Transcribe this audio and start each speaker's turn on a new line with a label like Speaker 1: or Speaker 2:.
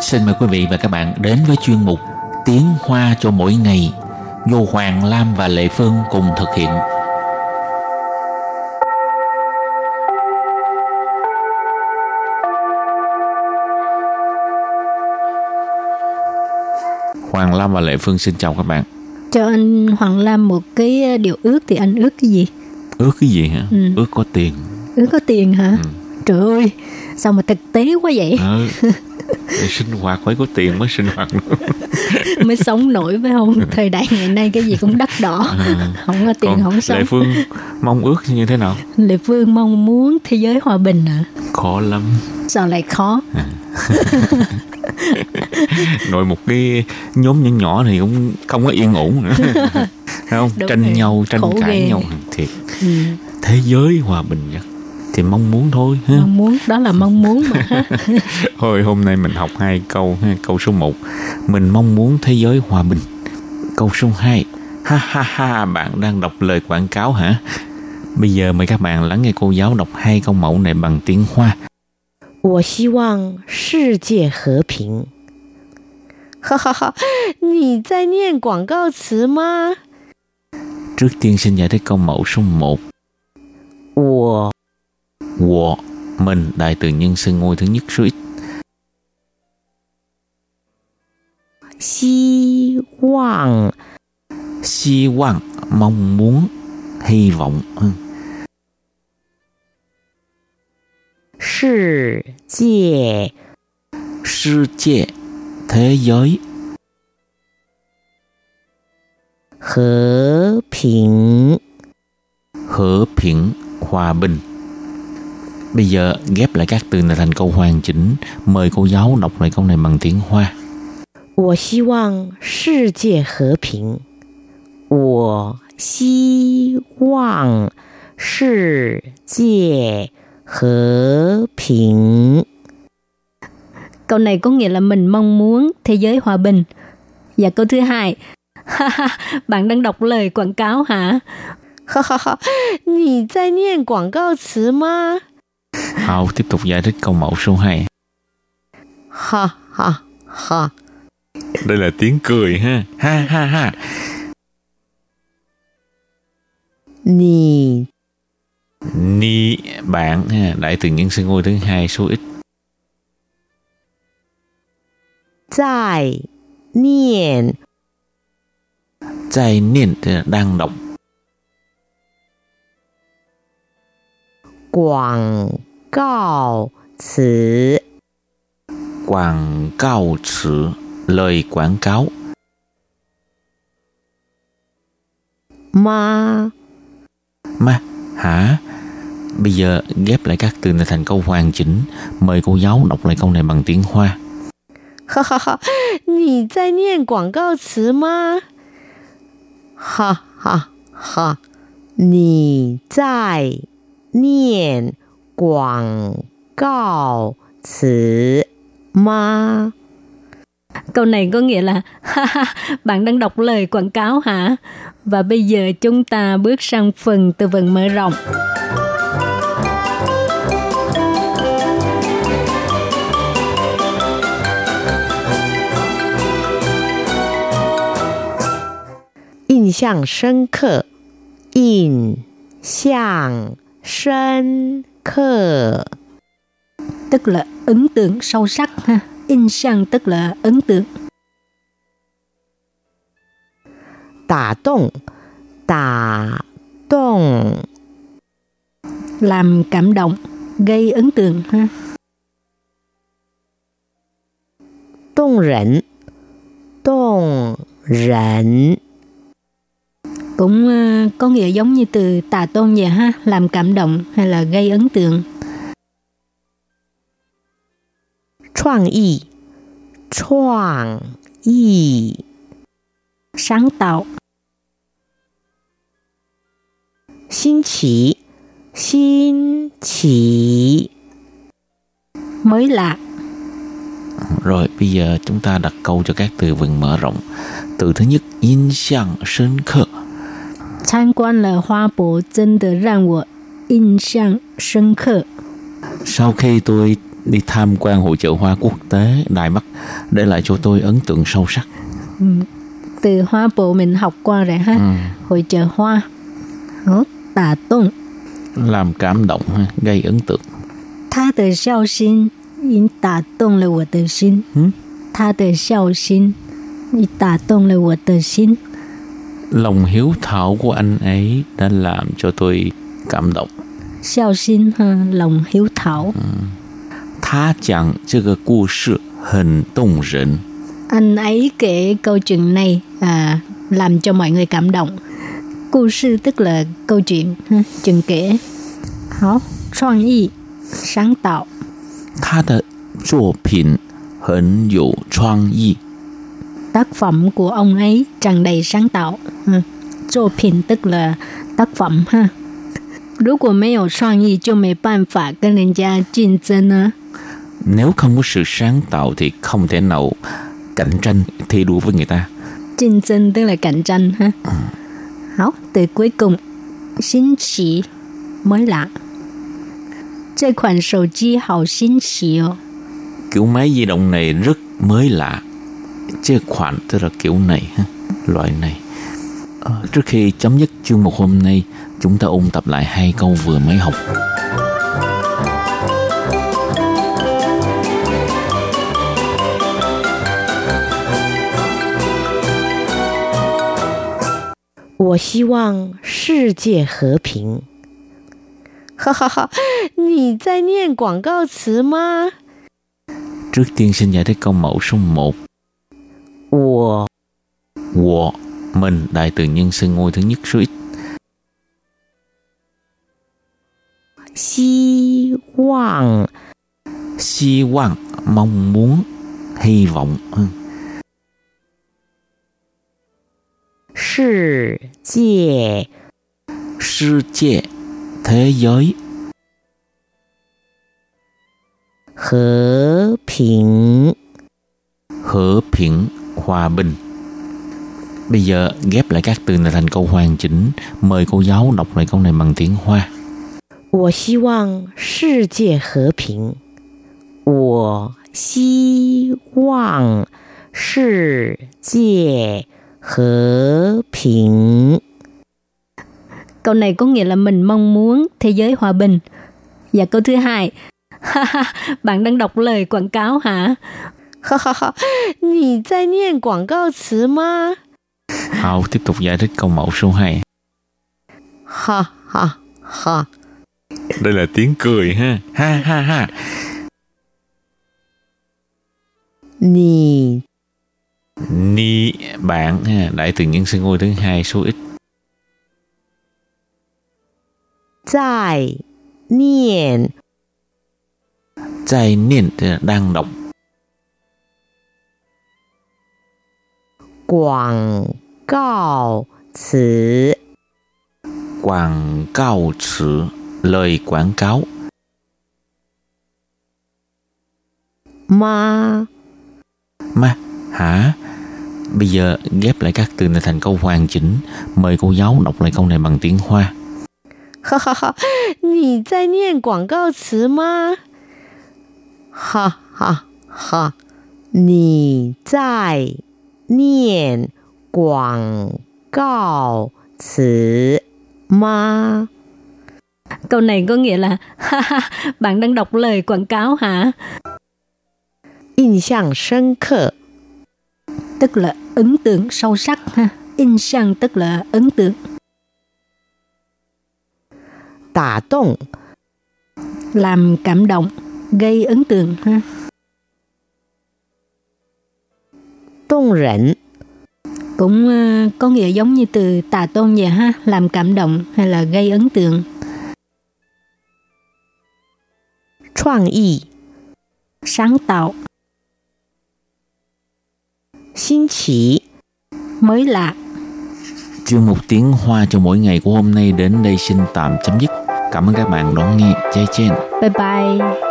Speaker 1: Xin mời quý vị và các bạn đến với chuyên mục Tiếng Hoa cho mỗi ngày do Hoàng Lam và Lệ Phương cùng thực hiện. Hoàng Lam và Lệ Phương xin chào các bạn.
Speaker 2: Cho anh Hoàng Lam một cái ờ, điều ước thì anh ước cái gì?
Speaker 1: Ước cái gì hả?
Speaker 2: Ừ.
Speaker 1: Ước có tiền.
Speaker 2: Ước có tiền hả?
Speaker 1: Ừ.
Speaker 2: Trời ơi, sao mà thực tế quá vậy?
Speaker 1: Ờ, để sinh hoạt phải có tiền mới sinh hoạt được.
Speaker 2: Mới sống nổi phải không? Thời đại ngày nay cái gì cũng đắt đỏ.
Speaker 1: À.
Speaker 2: Không có tiền
Speaker 1: Còn
Speaker 2: không
Speaker 1: Lệ
Speaker 2: sống.
Speaker 1: Phương mong ước như thế nào?
Speaker 2: Lệ Phương mong muốn thế giới hòa bình hả?
Speaker 1: Khó lắm.
Speaker 2: Sao lại khó?
Speaker 1: Rồi một cái nhóm nhỏ nhỏ thì cũng không có yên ổn nữa. Thấy không?
Speaker 2: Đúng
Speaker 1: tranh
Speaker 2: rồi.
Speaker 1: nhau, tranh
Speaker 2: Khổ
Speaker 1: cãi
Speaker 2: ghê.
Speaker 1: nhau thiệt.
Speaker 2: Ừ,
Speaker 1: Thế giới hòa bình nhất thì mong muốn thôi ha.
Speaker 2: mong muốn đó là mong muốn mà ha.
Speaker 1: Thôi hôm nay mình học hai câu ha. Câu số 1 Mình mong muốn thế giới hòa bình Câu số 2 Ha ha ha bạn đang đọc lời quảng cáo hả Bây giờ mời các bạn lắng nghe cô giáo đọc hai câu mẫu này bằng tiếng Hoa
Speaker 3: 我希望世界和平。哈哈哈，你在念广告词吗？
Speaker 1: Trước tiên xin giải thích câu mẫu số 1
Speaker 3: 我
Speaker 1: Wo Mình đại từ nhân xưng ngôi thứ nhất số ít
Speaker 3: 希望
Speaker 1: Xi vọng Mong muốn Hy vọng ừ, ha.
Speaker 3: 世界
Speaker 1: Sư chê Thế giới
Speaker 3: 和平。
Speaker 1: Hở phiển Hòa bình Bây giờ ghép lại các từ này thành câu hoàn chỉnh Mời cô giáo đọc lại câu này bằng tiếng Hoa
Speaker 3: 我希望世界和平。我希望世界和平。
Speaker 2: Câu này có nghĩa là mình mong muốn thế giới hòa bình. Và câu thứ hai, ha ha, bạn đang đọc lời quảng cáo hả?
Speaker 3: 哈哈哈，你在念广告词吗？
Speaker 1: Hào tiếp tục giải thích câu mẫu số 2
Speaker 3: 哈哈哈！
Speaker 1: Đây là tiếng cười ha Ha ha ha
Speaker 3: 你
Speaker 1: Ni bạn ha Đại từ nhân xưng ngôi thứ hai số ít
Speaker 3: 在念
Speaker 1: Zai niên tức là đang đọc
Speaker 3: 广告词
Speaker 1: Quảng cao chữ Lời quảng cáo
Speaker 3: 吗？
Speaker 1: Ma Hả Bây giờ ghép lại các từ này thành câu hoàn chỉnh Mời cô giáo đọc lại câu này bằng tiếng Hoa
Speaker 3: 哈哈哈！你在念广告词吗？哈哈哈！你在念广告词吗？
Speaker 2: Câu này có nghĩa là ha ha, bạn đang đọc lời quảng cáo hả? Và bây giờ chúng ta bước sang phần từ vựng mở rộng.
Speaker 3: 印象深刻，印象深刻，
Speaker 2: Tức là ấn tượng sâu sắc ha. In sang tức là ấn tượng.
Speaker 3: 打动，打动，
Speaker 2: Làm cảm động, gây ấn tượng ha.
Speaker 3: 动人，动人，
Speaker 2: Cũng ờ, có nghĩa giống như từ tà tôn vậy ha. Làm cảm động hay là gây ấn tượng.
Speaker 3: 创意，创意，
Speaker 2: Sáng tạo,
Speaker 3: 新奇，新奇，
Speaker 2: mới lạ,
Speaker 1: Rồi bây giờ chúng ta đặt câu cho các từ vựng mở rộng Từ thứ nhất Yên xiang sân khơ
Speaker 2: 参观了花博，真的让我印象深刻。
Speaker 1: Sau khi tôi đi tham quan hội chợ hoa quốc tế Đài Bắc để lại cho tôi ấn tượng sâu sắc.
Speaker 2: Ừ. Từ hoa bộ mình học qua rồi ha.
Speaker 1: Ừ.
Speaker 2: Hội chợ hoa. Đó, tà tông.
Speaker 1: Làm cảm động, ha, gây ấn tượng.
Speaker 2: 他的孝心已经打动了我的心。
Speaker 1: 嗯，
Speaker 2: 他的孝心，你打动了我的心。
Speaker 1: Lòng hiếu thảo của anh ấy đã làm cho tôi cảm động.
Speaker 2: 孝心哈，lòng hiếu thảo.
Speaker 1: Tha chẳng chứ cái故sự hình động rỉnh.
Speaker 2: Anh ấy kể câu chuyện này à, làm cho mọi người cảm động. Câu sự tức là câu chuyện, ha, chuyện kể. Hảo, sáng ý, sáng tạo.
Speaker 1: 他的作品很有创意，
Speaker 2: Tác phẩm của ông ấy tràn đầy sáng tạo. Ha.作品 tức là tác phẩm ha. 如果没有创意，就没办法跟人家竞争呢、啊。
Speaker 1: nếu không có sự sáng tạo thì không thể nào cạnh tranh thi đua với người ta.
Speaker 2: Cạnh tranh tức là cạnh tranh ha. Hảo, từ cuối cùng, xin chỉ mới lạ. Chơi khoản sầu chi hảo xin chỉ ồ.
Speaker 1: Kiểu máy di động này rất mới lạ. Chứ khoản tức là kiểu này, ha, loại này. Ờ, trước khi chấm dứt chương mục hôm nay, chúng ta ôn tập lại hai câu vừa mới học.
Speaker 3: 我希望世界和平。哈哈哈，你在念广告词吗？
Speaker 1: Trước tiên xin giải thích câu mẫu số 1.
Speaker 3: 我
Speaker 1: Wo, mình, đại từ nhân xưng ngôi thứ nhất số ít.
Speaker 3: 希望
Speaker 1: Xi vọng, mong muốn, hy vọng. Ừ. ha.
Speaker 3: 世界
Speaker 1: Sư chê, thế giới
Speaker 3: 和平。
Speaker 1: 和平 hòa bình. Bây giờ ghép lại các từ này thành câu hoàn chỉnh. Mời cô giáo đọc lại câu này bằng tiếng Hoa.
Speaker 3: 我希望世界和平。我希望世界和平。
Speaker 2: Câu này có nghĩa là mình mong muốn thế giới hòa bình. Và câu thứ hai, ha ha, bạn đang đọc lời quảng cáo hả?
Speaker 3: 哈哈哈，你在念广告词吗？
Speaker 1: Hào tiếp tục giải thích câu mẫu số 2.
Speaker 3: 哈哈哈，
Speaker 1: Đây là tiếng cười ha. Ha ha ha.
Speaker 3: 你
Speaker 1: Ni bạn ha, đại từ nhân xưng ngôi thứ hai số ít.
Speaker 3: 在念
Speaker 1: Trai niên tức là đang đọc
Speaker 3: 广告词？
Speaker 1: quảng cáo chữ lời quảng cáo
Speaker 3: 吗？
Speaker 1: Ma, hả? Bây giờ ghép lại các từ này thành câu hoàn chỉnh. Mời cô giáo đọc lại câu này bằng tiếng Hoa.
Speaker 3: 哈哈哈，你在念广告词吗？哈哈哈，你在念广告词吗？
Speaker 2: Câu này có nghĩa là ha ha, bạn đang đọc lời quảng cáo hả?
Speaker 3: 印象深刻，
Speaker 2: Tức là ấn tượng sâu sắc ha. Ấn tượng tức là ấn tượng,
Speaker 3: 打动
Speaker 2: làm cảm động, gây ấn tượng ha.
Speaker 3: 动人，
Speaker 2: cũng ờ, có nghĩa giống như từ tà tôn vậy ha làm cảm động hay là gây ấn tượng
Speaker 3: 创意，
Speaker 2: sáng tạo
Speaker 3: 新奇。
Speaker 2: mới lạ
Speaker 1: Chương mục tiếng Hoa cho mỗi ngày của hôm nay đến đây xin tạm chấm dứt. Cảm ơn các bạn đón nghe. Chai chen.
Speaker 2: bye bye